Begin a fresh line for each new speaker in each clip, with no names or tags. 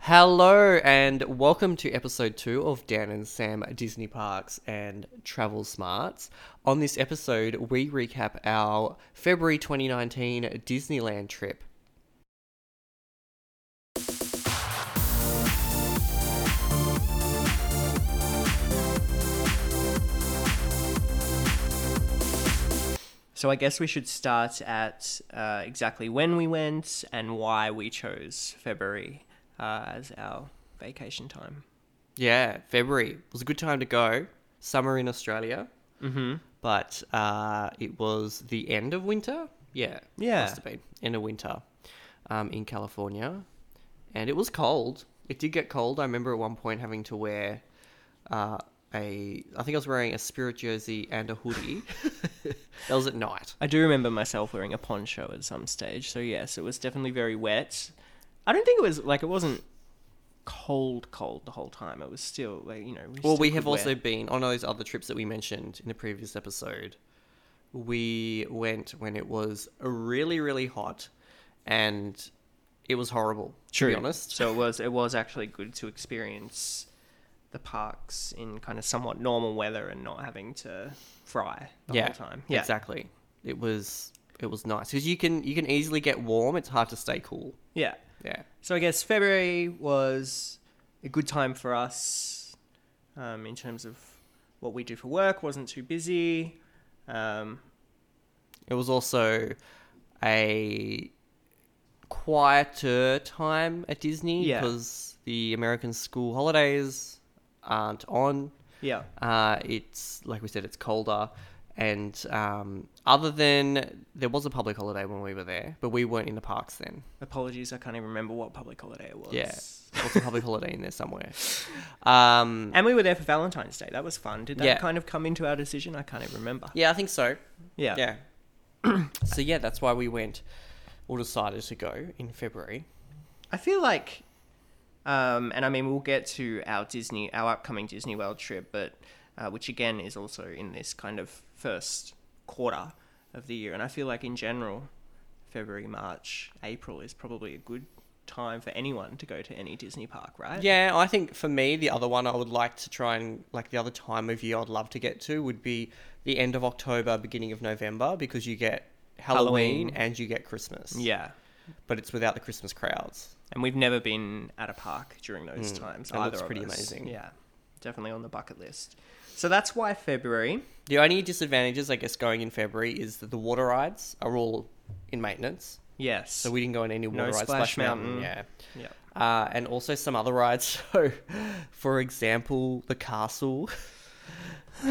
Hello and welcome to episode two of Dan and Sam Disney Parks and Travel Smarts. On this episode, we recap our February 2019 Disneyland trip.
So I guess we should start at uh, exactly when we went and why we chose February uh, as our vacation time.
Yeah, February was a good time to go. Summer in Australia, mm-hmm. but uh, it was the end of winter. Yeah,
Yeah.
must have been end of winter um, in California, and it was cold. It did get cold. I remember at one point having to wear uh, a. I think I was wearing a spirit jersey and a hoodie. that was at night.
I do remember myself wearing a poncho at some stage. So yes, it was definitely very wet. I don't think it was like it wasn't cold, cold the whole time. It was still like you know. We
Well,
still
we
could
have
wear-
also been on those other trips that we mentioned in the previous episode. We went when it was really, really hot, and it was horrible. To be honest,
So it was it was actually good to experience the parks in kind of somewhat normal weather and not having to fry the
yeah,
whole time. Yeah,
exactly. It was it was nice because you can you can easily get warm. It's hard to stay cool.
yeah.
Yeah,
So I guess February was a good time for us um, in terms of what we do for work. wasn't too busy. Um,
it was also a quieter time at Disney
Yeah.
because the American school holidays aren't on.
yeah,
Uh, it's like we said, it's colder, and um, other than there was a public holiday when we were there, but we weren't in the parks then.
apologies, I can't even remember what public holiday it was.
Yeah, what's a public holiday in there somewhere? Um,
And we were there for Valentine's Day. That was fun. Did that
Yeah.
kind of come into our decision? I can't even remember.
yeah, I think so.
Yeah.
Yeah. so yeah, that's why we went or decided to go in February.
I feel like, um, and I mean, we'll get to our Disney, our upcoming Disney World trip, but uh, which again is also in this kind of first quarter of the year. And I feel like in general, February, March, April is probably a good time for anyone to go to any Disney park, right?
Yeah, I think for me, the other one I would like to try and like the other time of year I'd love to get to would be the end of October, beginning of November, because you get Halloween,
Halloween.
and you get Christmas.
Yeah.
but it's without the Christmas crowds.
And we've never been at a park during those times.
Hmm. that
either
looks
of
pretty
us.
amazing.
Yeah. Definitely on the bucket list. So that's why February.
The only disadvantages, I guess, going in February is that the water rides are all in maintenance,
Yes.
so we didn't go on any water
No
rides.
Splash Mountain.
yeah.
yeah.
Uh, and also some other rides. So, for example, the castle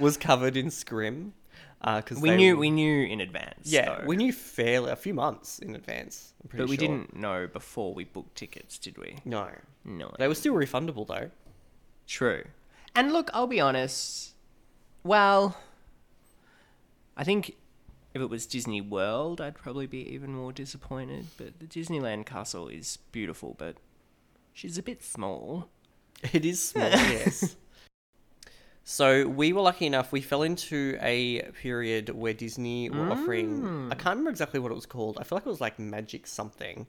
was covered in scrim uh, because
We knew we knew in advance.
yeah
though.
we knew fairly a few months in advance. I'm pretty
But we
sure.
didn't know before we booked tickets, did we?
No,
No.
they were still refundable though.
True. And look, I'll be honest. Well, I think if it was Disney World, I'd probably be even more disappointed. But the Disneyland castle is beautiful, but she's a bit small.
It is small, yes. So we were lucky enough. We fell into a period where Disney were offering. I can't remember exactly what it was called. I feel like it was like Magic something,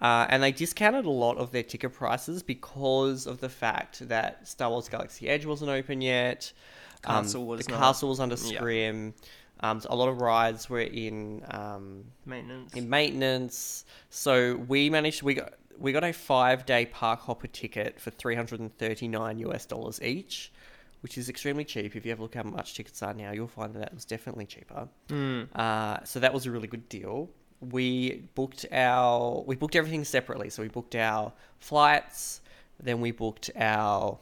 uh, and they discounted a lot of their ticket prices because of the fact that Star Wars Galaxy Edge wasn't open yet. Um,
Castle was
the
not-
castle was under
yeah.
scrim. Um, so a lot of rides were in um,
Maintenance.
in maintenance. So we managed we got we got a five day park hopper ticket for three hundred and thirty nine US dollars each, which is extremely cheap. If you have a look how much tickets are now, you'll find that that was definitely cheaper.
Hmm.
Uh, so that was a really good deal. We booked our we booked everything separately. So we booked our flights, then we booked our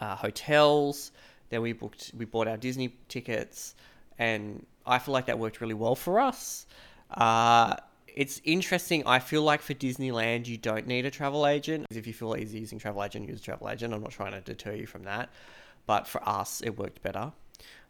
uh, hotels. Then we booked, we bought our Disney tickets, and I feel like that worked really well for us. Uh, it's interesting. I feel like for Disneyland, you don't need a travel agent. If you feel easy using travel agent, use a travel agent. I'm not trying to deter you from that, but for us, it worked better.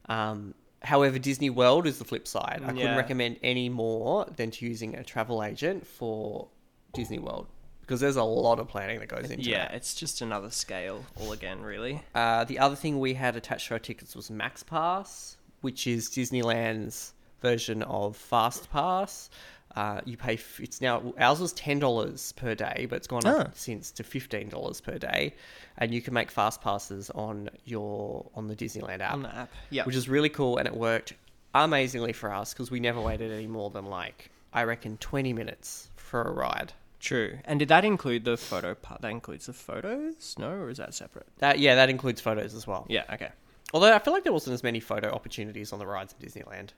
Um, however, Disney World is the flip side. I couldn't
Yeah.
recommend any more than to using a travel agent for Disney World because there's a lot of planning that goes into
yeah,
that.
it's just another scale all again, really.
Uh, the other thing we had attached to our tickets was Max Pass, which is Disneyland's version of Fast Pass. Uh, you pay. F- it's now ours was ten dollars per day, but it's gone
Ah.
up since to fifteen dollars per day, and you can make fast passes on your on the Disneyland app,
on the app. Yeah.
which is really cool, and it worked amazingly for us because we never waited any more than like I reckon twenty minutes for a ride.
True. And did that include the photo part? That includes the photos? No, or is that separate?
That yeah, that includes photos as well.
Yeah, okay.
Although I feel like there wasn't as many photo opportunities on the rides in Disneyland.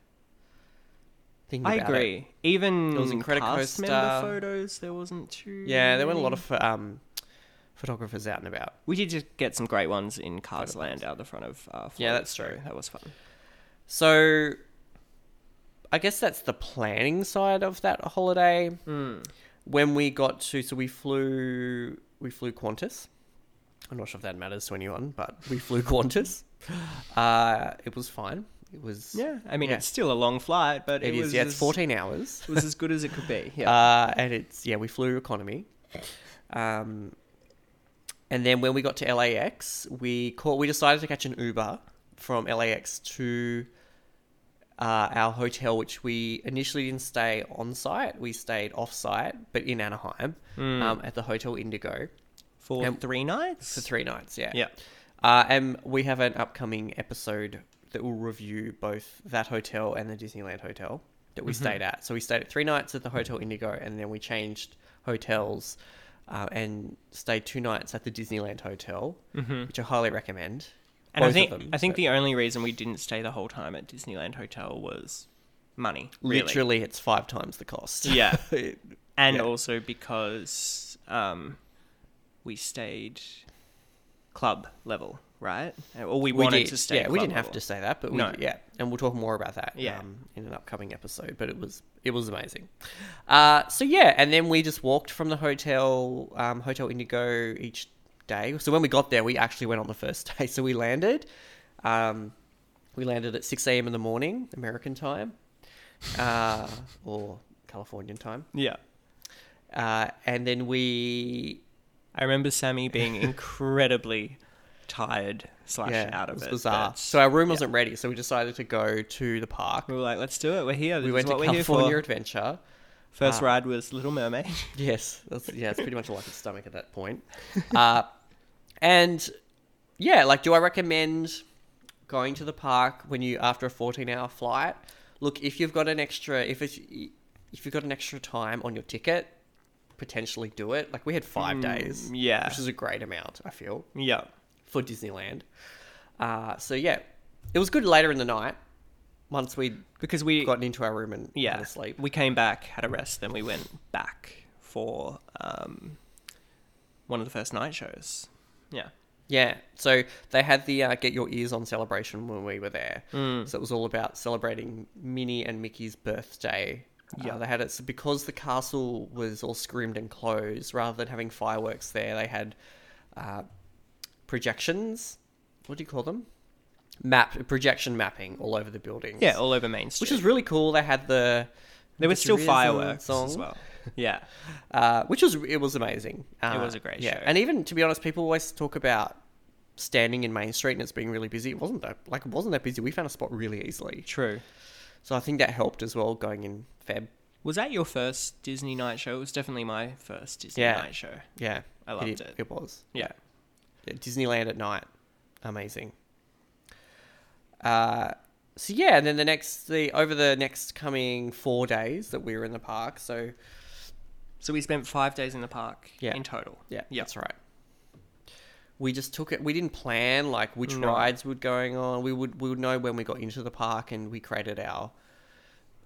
Thinking
I
about it.
agree. Even
There was a credit
cast member
coaster.
photos, there wasn't too.
Yeah, there weren't a lot
many.
of um, photographers out and about.
We did just get some great ones in Cars Land out the front of. Uh, Florida,
that's
so
true.
That was fun.
So, I guess that's the planning side of that holiday. When we got to, so we flew, we flew Qantas. I'm not sure if that matters to anyone, but we flew Qantas. Uh, it was fine. It was.
Yeah, I mean
Yeah.
it's still a long flight, but it,
it is.
was
yeah, it's
as-
14 hours.
It was as good as it could be. Yeah.
Uh, and it's yeah, we flew economy. Um, and then when we got to LAX, we caught. We decided to catch an Uber from LAX to uh, our hotel, which we initially didn't stay on site. We stayed off site, but in Anaheim
Mm.
um, at the Hotel Indigo
for
and-
three nights.
for three nights. Yeah.
Yeah.
Uh, and we have an upcoming episode that will review both that hotel and the Disneyland hotel that
Mm-hmm.
we stayed at. So we stayed at three nights at the Hotel Indigo, and then we changed hotels uh, and stayed two nights at the Disneyland hotel, which I highly recommend.
Mm-hmm. And
both
I think
of them,
I think
but
the only reason we didn't stay the whole time at Disneyland Hotel was money. Really.
literally it's five times the cost.
Yeah.
It-
and
Yeah.
also because um, we stayed club level, right? Or we
we
wanted
did.
to stay.
yeah, we
club
didn't have
level.
to say that, but we,
No.
yeah, and we'll talk more about that
Yeah.
um, in an upcoming episode. But it was it was amazing. Uh, so yeah, and then we just walked from the hotel um, Hotel Indigo each day. So when we got there, we actually went on the first day. So we landed, um, we landed at six a.m. in the morning American time, uh, or Californian time,
Yeah,
uh, and then we
I remember Sammy being incredibly tired slash out of
was
it.
bizarre.
but
So our room wasn't ready, so we decided to go to the park.
we were like, let's do it. We're here. This
we went
is
to
what we're here
California uh,
for.
Adventure.
First ride was Little Mermaid.
Yes, that's yeah, it's pretty much a lucky stomach at that point. Uh, and yeah, like, do I recommend going to the park when you after a fourteen-hour flight? Look, if you've got an extra, if it's if you've got an extra time on your ticket, potentially do it. Like we had five days,
Mm, yeah.
which is a great amount. I feel
yeah,
for Disneyland. Uh, so yeah, it was good later in the night once we'd
because we
gotten into our room and
yeah
had a sleep.
We came back, had a rest, then we went back for um, one of the first night shows. Yeah.
Yeah, so they had the uh, Get Your Ears On celebration when we were there.
Mm.
So it was all about celebrating Minnie and Mickey's birthday. Yeah,
Yeah.
they had it so because the castle was all scrimmed and closed. Rather than having fireworks there, they had uh, projections. What do you call them? Map projection mapping all over the buildings.
Yeah, all over Main Street.
which was really cool. They had the
There were
the
still
Drizzle
fireworks as
song.
well. Yeah.
uh, which was it was amazing. Uh,
was a great
yeah.
show.
And even to be honest, people always talk about standing in Main Street and it's being really busy. It wasn't that like it wasn't that busy. We found a spot really easily,
True.
so I think that helped as well going in Feb.
Was that your first Disney night show? It was definitely my first Disney
Yeah.
night show.
Yeah,
I loved
it.
it.
It was
Yeah.
Yeah, Disneyland at night, amazing. Uh, so yeah, and then the next the over the next coming four days that we were in the park. So
So we spent five days in the park
Yeah.
in total.
Yeah,
Yeah.
that's right. We just took it. We didn't plan like which
No.
rides were going on. We would we would know when we got into the park, and we created our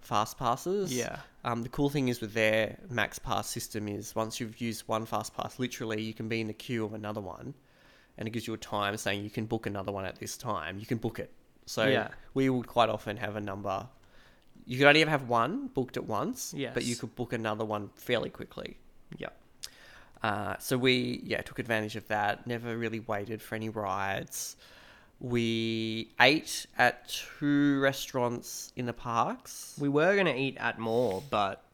fast passes.
Yeah.
Um, the cool thing is with their max pass system is once you've used one fast pass, literally you can be in the queue of another one, and it gives you a time saying you can book another one at this time. You can book it. So
Yeah.
we would quite often have a number. You could only ever have one booked at once, but you
Yes.
could book another one fairly quickly.
Yeah.
Uh, so we yeah took advantage of that. Never really waited for any rides. We ate at two restaurants in the parks.
We were going to eat at more, but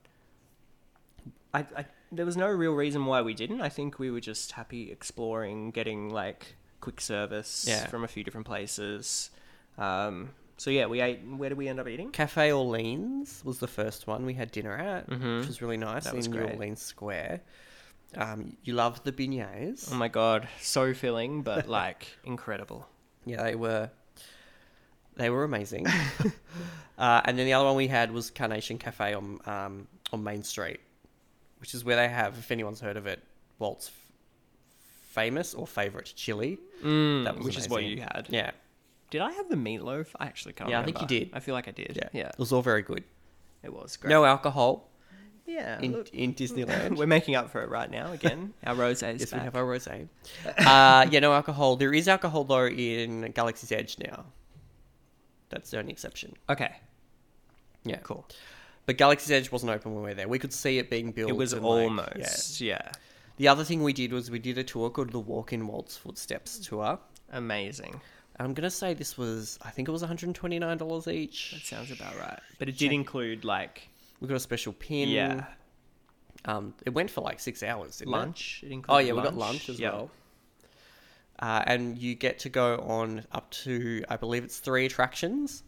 I, I there was no real reason why we didn't. I think we were just happy exploring, getting like quick service
Yeah.
from a few different places. Um, So yeah, we ate. Where did we end up eating?
Cafe Orleans was the first one we had dinner at,
Mhm.
which was really nice
That
in
was
New
great.
Orleans Square. Um, you loved the beignets.
Oh my god, so filling, but like incredible.
Yeah, they were they were amazing. uh, and then the other one we had was Carnation Cafe on um, on Main Street, which is where they have, if anyone's heard of it, Walt's f- famous or favorite chili.
Mm,
That was
which is what
amazing.
you had.
Yeah,
Did I have the meatloaf? I actually can't.
Yeah, I
remember.
think you did.
I feel like I did.
yeah,
yeah.
It was all very good.
It was great.
No alcohol
yeah.
in
look,
in Disneyland.
we're making up for it right now again. Our rosés.
yes, we
back.
have our rosé. uh, yeah, no alcohol. There is alcohol though in Galaxy's Edge now. That's the only exception.
Okay.
Yeah,
Cool.
But Galaxy's Edge wasn't open when we were there. We could see it being built.
It was
and, like,
almost. yeah.
yeah. The other thing we did was we did a tour called the Walk in Walt's Footsteps tour.
Amazing.
I'm gonna say this was, I think it was 129 dollars
That
each.
sounds about right. But it did include like
We got a special pin.
yeah
Um, it went for like six hours. Didn't it?
lunch. It included
Oh yeah, we got lunch as
yeah.
well. Uh, and you get to go on up to, I believe it's three attractions,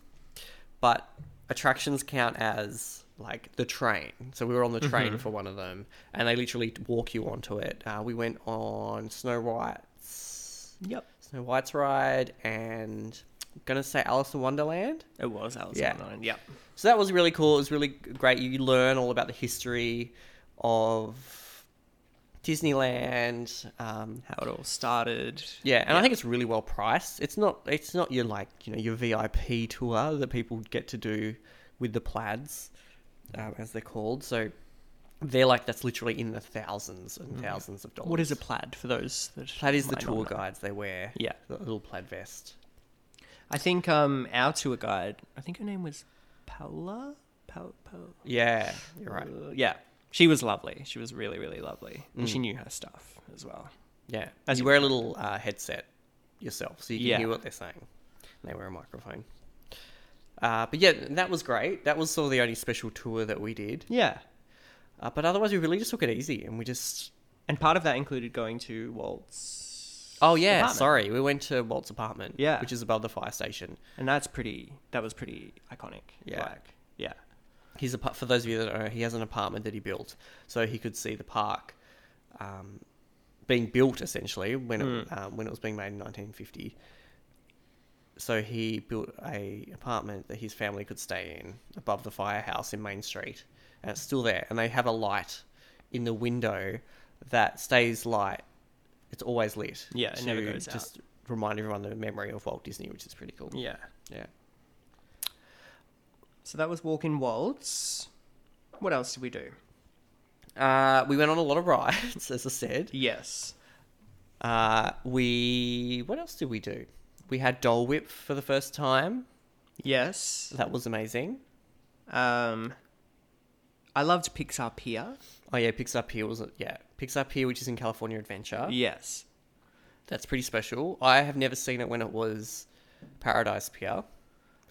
but attractions count as like the train. So we were on the train for one of them, and they literally walk you onto it. Uh, we went on Snow White's
Yep.
Snow White's ride, and I'm gonna say Alice in Wonderland.
It was Alice
Yeah.
yeah. Nine. Yep.
So that was really cool. It was really great. You learn all about the history of Disneyland. Um,
How it all started.
yeah, and I think it's really well priced. It's not it's not your like you know your VIP tour that people get to do with the plaids, um, as they're called. So they're like that's literally in the thousands and thousands of dollars.
Mm. What is a plaid for those that
plaid? Is the
might not
tour
know?
guides they wear?
Yeah.
the little plaid vest.
I think um our tour guide. I think her name was Paola. Pa- pa-
Yeah, you're right.
Uh, yeah. She was lovely. She was really, really lovely. And she knew her stuff as well.
Yeah,
As
you
you
wear a little uh, headset yourself, so you can
Yeah.
hear what they're saying. And they wear a microphone. Uh, but yeah, that was great. That was sort of the only special tour that we did.
Yeah.
Uh, but otherwise, we really just took it easy and we just.
And part of that included going to Walt's.
Oh yeah,
apartment.
sorry. We went to Walt's apartment.
Yeah.
which is above the fire station.
And that's pretty. That was pretty iconic.
Yeah.
Like, yeah.
He's a for those of you that don't know, he has an apartment that he built so he could see the park um, being built essentially when it,
Hmm.
um, when it was being made in 1950. So he built a apartment that his family could stay in above the firehouse in Main Street, and it's still there. And they have a light in the window that stays light. It's always lit.
Yeah, it never goes out.
Just remind everyone the memory of Walt Disney, which is pretty cool.
Yeah.
Yeah.
So that was Walk in Waltz. What else did we do?
Uh, we went on a lot of rides, as I said.
Yes.
Uh, we what else did we do? We had Dole Whip for the first time.
Yes.
That was amazing.
Um, I loved Pixar Pier.
Oh yeah, Pixar Pier was yeah Pixar Pier, which is in California Adventure.
Yes.
That's pretty special. I have never seen it when it was Paradise Pier.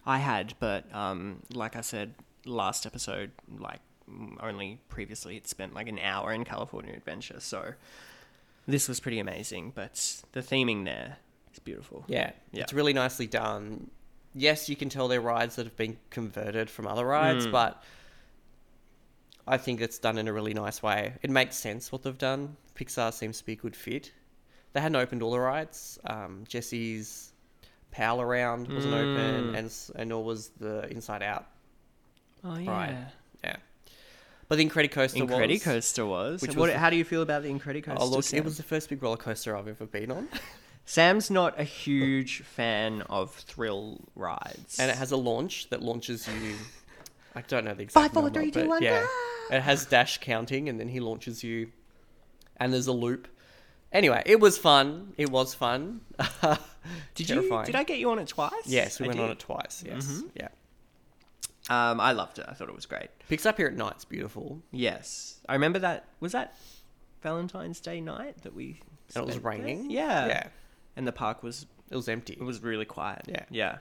I had, but um, like I said last episode, like mm, only previously, it spent like an hour in California Adventure. So this was pretty amazing, but the theming there is beautiful.
Yeah,
Yeah.
it's really nicely done. Yes, you can tell they're rides that have been converted from other rides,
Hmm.
but I think it's done in a really nice way. It makes sense what they've done. Pixar seems to be a good fit. They hadn't opened all the rides. Um, Jesse's Pal Around wasn't
Hmm.
open, and s- and nor was the Inside Out
Oh yeah.
ride. Yeah, but the Incredicoaster was.
Incredicoaster was.
Which
what,
was-
How do you feel about the Incredicoaster?
Oh look,
Sam?
it was the first big roller coaster I've ever been on,
Sam's not a huge fan of thrill rides,
and it has a launch that launches you. I don't know the exact
Five, four,
number,
three, two,
but
one,
yeah, it has dash counting, and then he launches you, and there's a loop. Anyway, it was fun. It was fun.
did you? Did I get you on it twice?
Yes, we
I
went on
did. Mm-hmm.
it twice. Yes, yeah.
Um, I loved it. I thought it was great.
Picks up here at night's beautiful,
Yes, I remember that. Was that Valentine's Day night that we?
and it was
spent there?
raining.
Yeah,
yeah.
And the park was
It was empty.
it was really quiet.
Yeah.
yeah.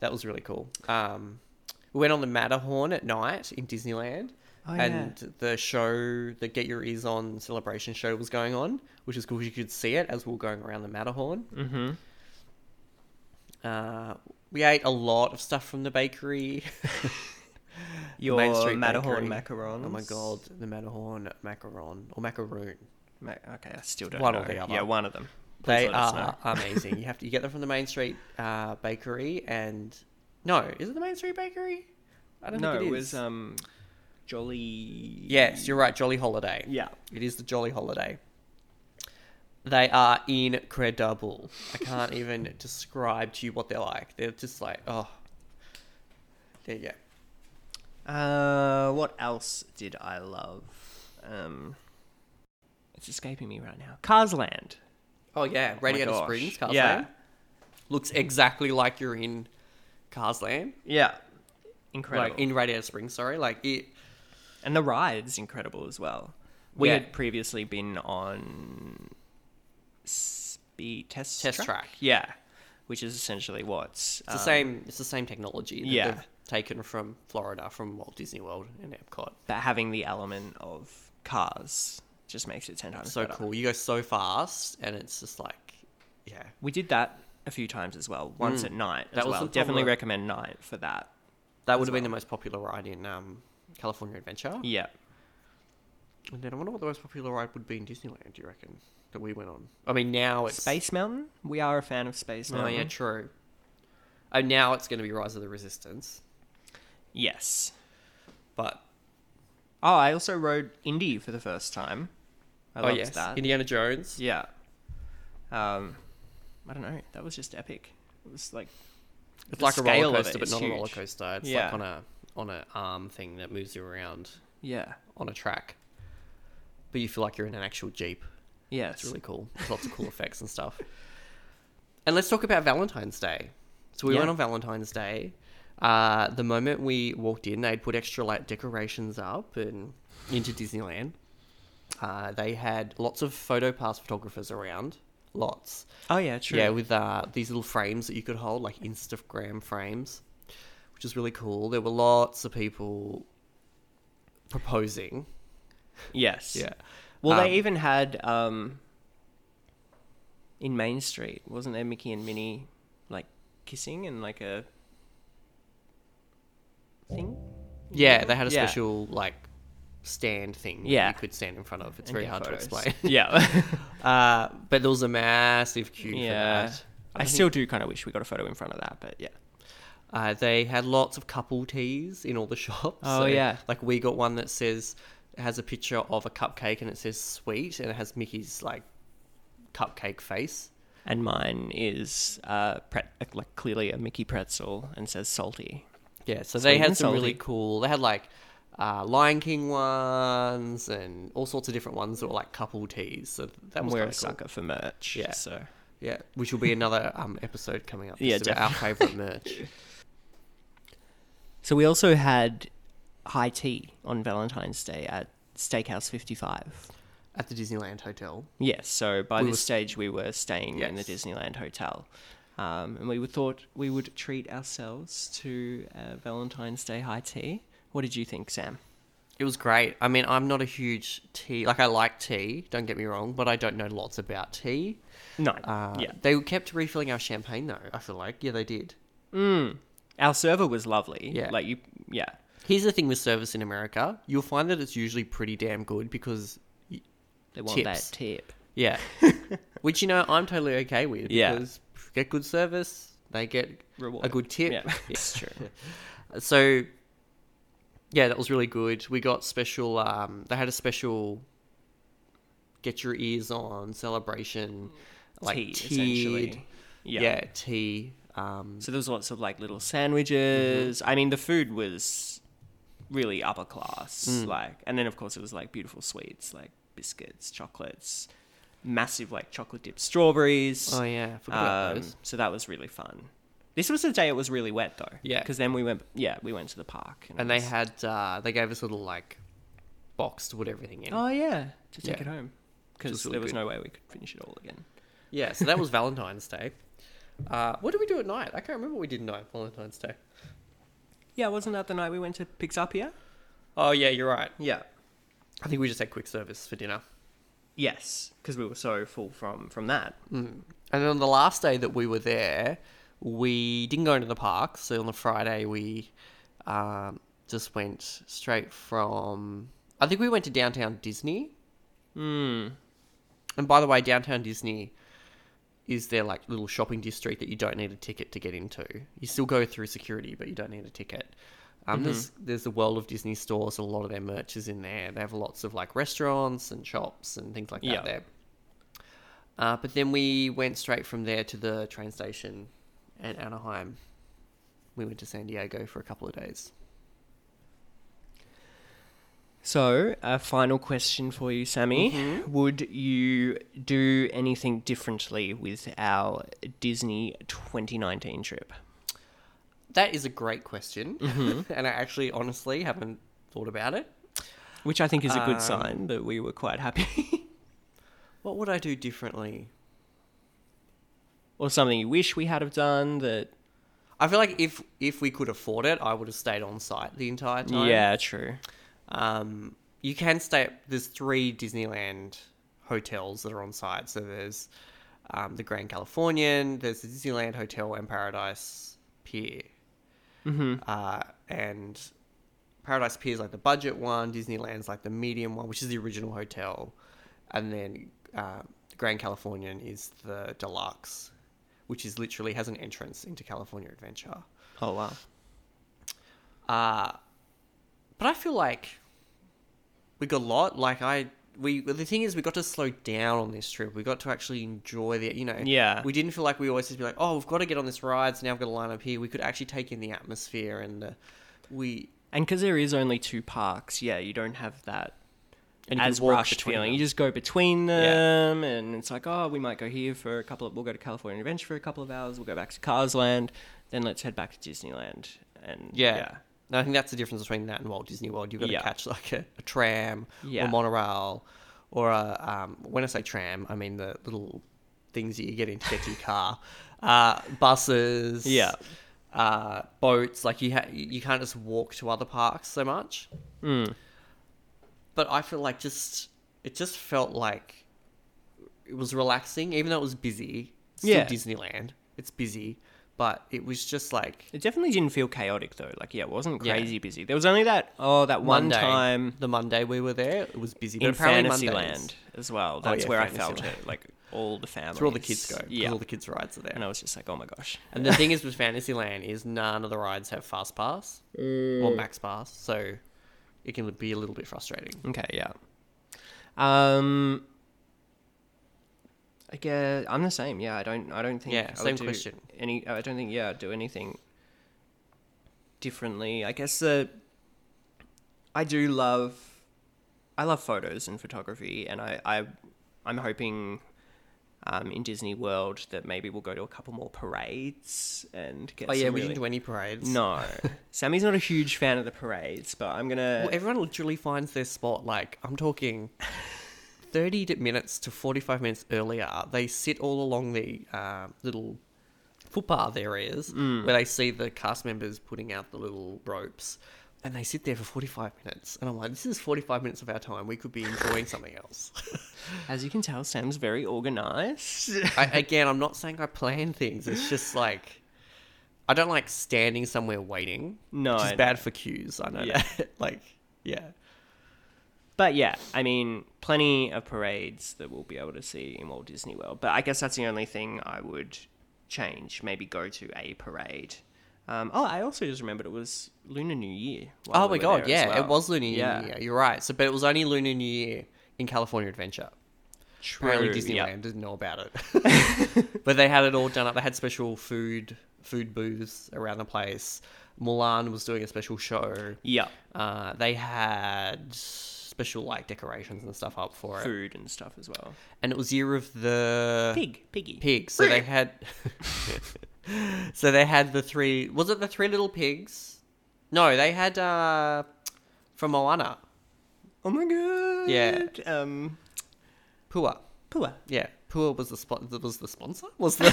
That was really cool. Um, we went on the Matterhorn at night in Disneyland.
Oh, yeah.
and the show, the Get Your Ears On celebration show was going on, which is cool 'cause you could see it as we were going around the Matterhorn.
Mm-hmm.
Uh, we ate a lot of stuff from the bakery.
Your
Main Street
Matterhorn
Bakery.
macarons.
oh my god, the Matterhorn macaron or macaroon.
Ma- okay, I still don't
One
know.
or the other.
Yeah, one of them.
They
Please let us
are amazing. You have to you get them from the Main Street uh, bakery and no, is it the Main Street bakery? I
know.
don't
No,
think it is.
it was um, Jolly.
yes, you're right. Jolly Holiday.
Yeah.
It is the Jolly Holiday. They are incredible. I can't even describe to you what they're like. They're just like, oh. There you go.
Uh, what else did I love? Um, it's escaping me right now. Cars Land.
Oh, yeah.
Oh my
Radiator
gosh.
Springs, Cars
yeah.
Land. Looks exactly like you're in Cars Land.
Yeah. Incredible.
Like in Radiator Springs, sorry. Like it.
and the ride's incredible as well. We
Yeah.
had previously been on speed test
Test Track.
Yeah. Which is essentially what's
It's the same. It's the same technology. That
Um, yeah.
They've taken from Florida, from Walt Disney World and Epcot.
but having the element of cars just makes it ten times
So
better.
cool. You go so fast, and it's just like, yeah.
We did that a few times as well. Once at night as
Mm. That was
well.
the
Definitely
problem.
recommend night for that.
That would have been the most popular ride in um, California Adventure.
Yeah.
And then I wonder what the most popular ride would be in Disneyland, do you reckon? That we went on. I mean, now it's.
Space Mountain. We are a fan of Space
Oh,
Mountain.
yeah, true. And now it's going to be Rise of the Resistance.
Yes.
But.
Oh, I also rode Indy for the first time. I
oh,
loved
yes.
that.
Indiana Jones.
Yeah. Um, I don't know. That was just epic. It was like
It's
the
like a
scale
roller
of
coaster,
it
but
is
not a roller
huge.
coaster. It's
Yeah.
like on a on a arm thing that moves you around
yeah,
on a track. But you feel like you're in an actual Jeep.
yeah.
It's really cool. There's lots of cool effects and stuff. And let's talk about Valentine's Day. So we
Yeah.
went on Valentine's Day. Uh, the moment we walked in, they'd put extra like decorations up and into Disneyland. Uh, they had lots of photo pass photographers around. Lots.
Oh yeah, true.
Yeah, with uh, these little frames that you could hold, like Instagram frames, which is really cool. There were lots of people proposing.
yes. Well,
Um,
they even had um, in Main Street, wasn't there Mickey and Minnie like kissing and like a thing?
Yeah, they had a
Yeah.
special like stand thing. that
Yeah.
you could stand in front of. It's
And
very
get
hard
photos.
to explain.
Yeah.
Uh, but there was a massive queue for
yeah.
that.
I still do kind of wish we got a photo in front of that, but yeah.
Uh, they had lots of couple teas in all the shops.
Oh, yeah.
like we got one that says it has a picture of a cupcake and it says sweet and it has Mickey's like cupcake face.
And mine is uh, pret- like clearly a Mickey pretzel and says salty.
Yeah, so they
Sweet
had
and
some really
salty.
cool. They had like uh, Lion King ones and all sorts of different ones that were like couple teas. So that was
we're a
kinda cool.
sucker for merch.
Yeah.
So
Yeah, which will be another um, episode coming up.
Yeah,
just about our favorite merch.
So we also had high tea on Valentine's Day at Steakhouse 55.
at the Disneyland Hotel.
Yes, so by
We
this
were-
stage we were staying in the
Yes.
Disneyland Hotel. Um, and we were thought we would treat ourselves to uh, Valentine's Day high tea. What did you think, Sam?
It was great. I mean, I'm not a huge tea. Like, I like tea. Don't get me wrong, but I don't know lots about tea.
No.
Uh,
yeah.
They kept refilling our champagne though. I feel like yeah, they did.
Mm. Our server was lovely.
Yeah.
Like you yeah.
Here's the thing with service in America. You'll find that it's usually pretty damn good because
They want
Tips.
that tip.
yeah, which you know I'm totally okay with.
Yeah.
Because get good service, they get a
Rewarded.
good tip.
Yeah. It's true.
So, yeah, that was really good. We got special. Um, they had a special get your ears on celebration, like
tea,
tea,
essentially.
Yeah. tea. Um,
So there was lots of like little
Mm-hmm.
sandwiches. I mean, the food was really upper class,
Mm.
like, and then of course it was like beautiful sweets, like biscuits, chocolates, massive like chocolate dipped strawberries.
oh yeah, I forgot about
Um,
those.
so that was really fun. This was the day it was really wet though.
Yeah.
Because then we went, yeah, we went to the park. it
And they
was-
had uh, they gave us a little like box to put everything in.
oh yeah, to take
Yeah.
it home because
was really
there was
good.
no way we could finish it all again.
Yeah, so that was Valentine's Day. Uh, what did we do at night? I can't remember what we did at night Valentine's Day.
Yeah, wasn't that the night we went to Pixapia?
Oh yeah, you're right.
Yeah.
I think we just had quick service for dinner.
Yes, because we were so full from from that.
Mm. And then on the last day that we were there, we didn't go into the park. So on the Friday, we um, just went straight from. I think we went to downtown Disney.
Mm.
And by the way, downtown Disney is their like little shopping district that you don't need a ticket to get into. You still go through security, but you don't need a ticket. Um, There's there's the World of Disney stores. A lot of their merch is in there. They have lots of like restaurants and shops and things like that
Yeah.
there. Uh, but then we went straight from there to the train station at Anaheim. We went to San Diego for a couple of days.
So, a final question for you, Sammy.
Mm-hmm.
Would you do anything differently with our Disney 2019 trip?
That is a great question, and I actually honestly haven't thought about it.
Which I think is a
Um,
good sign that we were quite happy.
What would I do differently?
or something you wish we had have done that.
I feel like if if we could afford it, I would have stayed on site the entire time.
Yeah, true.
Um, you can stay. at- There's three Disneyland hotels that are on site. So there's um, the Grand Californian, there's the Disneyland Hotel, and Paradise Pier. Mm-hmm. Uh, and Paradise Pier is like the budget one. Disneyland's like the medium one, which is the original hotel, and then uh, Grand Californian is the deluxe, which is literally has an entrance into California Adventure.
Oh, wow.
Uh, but I feel like we got a lot. Like I, we the thing is, we got to slow down on this trip. We got to actually enjoy the, you know,
Yeah.
We didn't feel like we always just be like, oh, we've got to get on this ride. So now we've got to line up here. We could actually take in the atmosphere and the, we
And because there is only two parks, yeah, you don't have that
And you can
as
walk
rushed
between
feeling.
them.
You just go between them, and it's like, oh, we might go here for a couple of. We'll go to California Adventure for a couple of hours. We'll go back to Cars Land, then let's head back to Disneyland. And
yeah. And I think that's the difference between that and Walt Disney World. You've got
Yeah.
to catch like a, a tram
Yeah.
or monorail, or a um, when I say tram, I mean the little things that you get in to get to your car, uh, buses,
Yeah.
uh, boats. Like you ha- you can't just walk to other parks so much. Hmm. But I feel like just it just felt like it was relaxing, even though it was busy. It's Still
Yeah.
Disneyland. It's busy, but it was just like
It definitely didn't feel chaotic though. Like yeah, it wasn't
Yeah.
crazy busy. There was only that oh that one
Monday,
time
the Monday we were there, it was busy. But
in
apparently
Fantasyland
Mondays, Oh,
as well. That's
yeah,
where I felt
Fantasyland.
it. Like all the families.
that's where all the kids go. 'cause
Yeah.
all the kids rides are there.
and I was just like, oh my gosh.
And the thing is with Fantasyland is none of the rides have fast pass or max pass, so it can be a little bit frustrating.
Okay, yeah. Um, I guess I'm the same. Yeah, I don't. I don't think.
Yeah,
I
same
do
question.
Any? I don't think. Yeah, I'd do anything differently. I guess the. I do love. I love photos and photography, and I, I I'm hoping. Um, in Disney World, that maybe we'll go to a couple more parades and get.
Oh yeah,
some
we
really-
didn't do any parades.
No, Sammy's not a huge fan of the parades, but I'm gonna.
Well, everyone literally finds their spot. Like I'm talking, thirty di- minutes to forty-five minutes earlier, they sit all along the uh, little footpath areas where they see the cast members putting out the little ropes, and they sit there for forty-five minutes. And I'm like, this is forty-five minutes of our time. We could be enjoying something else.
As you can tell, Sam's very organized.
I, again, I'm not saying I plan things. It's just like I don't like standing somewhere waiting.
No,
which is
I know.
bad for queues. I know
Yeah.
that. like, yeah.
but yeah, I mean, plenty of parades that we'll be able to see in Walt Disney World. But I guess that's the only thing I would change. Maybe go to a parade. Um, oh, I also just remembered it was Lunar New Year. while
Oh
we
my
were
god,
there
yeah,
as
it
well.
was Lunar New
Yeah.
Year. You're right. So, but it was only Lunar New Year in California Adventure.
True.
Apparently,
yeah.
Disneyland didn't know about it, but they had it all done up. They had special food food booths around the place. Mulan was doing a special show.
Yeah.
Uh, they had special like decorations and stuff up for it,
Food and stuff as well.
and it was year of the
Pig, piggy.
pigs. So they had, so they had the three. Was it the three little pigs? No, they had uh, from Moana.
Oh my god.
Yeah.
Um,
Pua.
Pua.
Yeah, Pua was the spot. Was the sponsor? Was the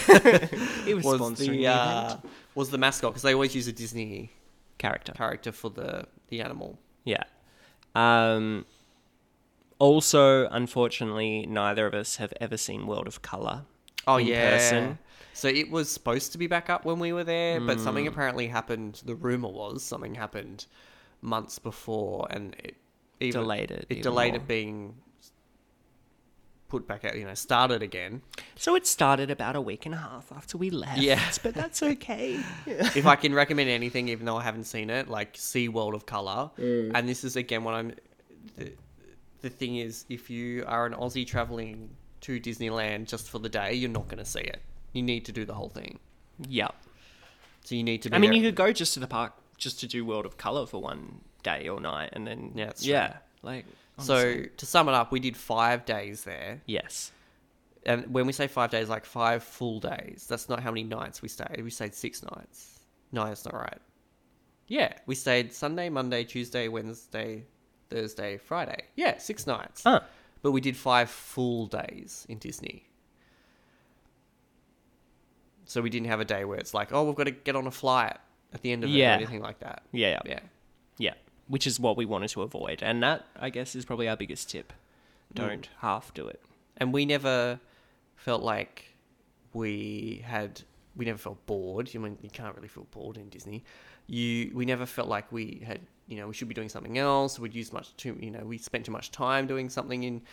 It was,
was
sponsoring
the
the
uh,
event.
was the mascot? Because they always use a Disney
Character.
character for the the animal.
Yeah. Um, also, unfortunately, neither of us have ever seen World of Color.
Oh
in
yeah.
person. Hmm.
So it was supposed to be back up when we were there, but something apparently happened. The rumor was something happened months before, and it even,
Delayed it
It
even
delayed
more.
it being put back out. You know, started again.
So it started about a week and a half after we left.
Yeah.
But that's okay.
if I can recommend anything, even though I haven't seen it, like see World of Color, and this is again what I'm. The, the thing is, if you are an Aussie traveling to Disneyland just for the day, you're not going to see it. You need to do the whole thing.
yeah.
So you need to. Be
I mean,
there-
you could go just to the park just to do World of Color for one day or night and then.
Yeah, that's
Yeah. Like.
So
honestly.
to sum it up, we did five days there,
Yes.
and when we say five days, like five full days. That's not how many nights we stayed. We stayed six nights. No, that's not right. Yeah, we stayed Sunday, Monday, Tuesday, Wednesday, Thursday, Friday. Yeah, six nights.
Huh.
But we did five full days in Disney. So we didn't have a day where it's like, oh, we've got to get on a flight at the end of it
Yeah.
or anything like that.
Yeah. Yeah.
Yeah.
Yeah. Which is what we wanted to avoid. And that, I guess, is probably our biggest tip. Don't half do it.
And we never felt like we had we never felt bored. I mean, you can't really feel bored in Disney. You we never felt like we had you know we should be doing something else. We'd use much too you know we spent too much time doing something in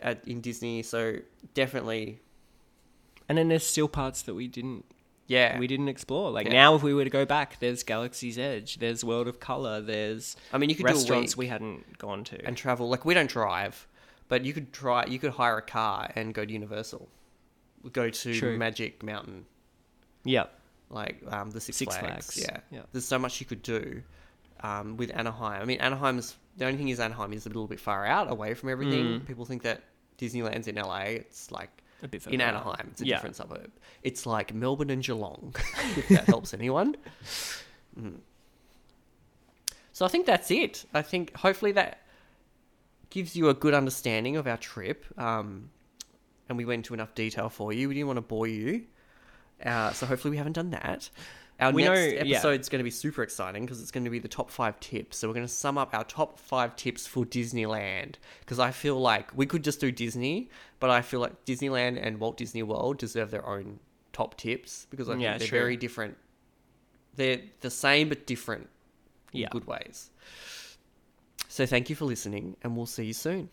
at, in Disney. So definitely,
And then there's still parts that we didn't
yeah.
we didn't explore. Like
Yeah.
now, if we were to go back, there's Galaxy's Edge, there's World of Color, there's
I mean, you could do a
restaurants
week.
we hadn't gone to.
and travel. Like we don't drive, but you could try. You could hire a car and go to Universal, go to
True.
Magic Mountain,
yeah,
like um, the Six,
Six
Flags.
Flags,
Yeah.
yeah.
there's so much you could do um, with Anaheim. I mean, Anaheim's the only thing is Anaheim is a little bit far out, away from everything.
Mm.
People think that Disneyland's in LA. It's like
a bit further
in
out.
Anaheim. It's a
Yeah.
different suburb. It's like Melbourne and Geelong, if that helps anyone. Mm. So I think that's it. I think hopefully that gives you a good understanding of our trip. Um, and we went into enough detail for you. We didn't want to bore you. Uh, so hopefully we haven't done that. Our
We
next
know- yeah.
episode's going to be super exciting because it's going to be the top five tips. So we're going to sum up our top five tips for Disneyland because I feel like we could just do Disney, but I feel like Disneyland and Walt Disney World deserve their own top tips because I think
Yeah,
they're
true.
very different. They're the same but different in
Yeah.
good ways. So thank you for listening, and we'll see you soon.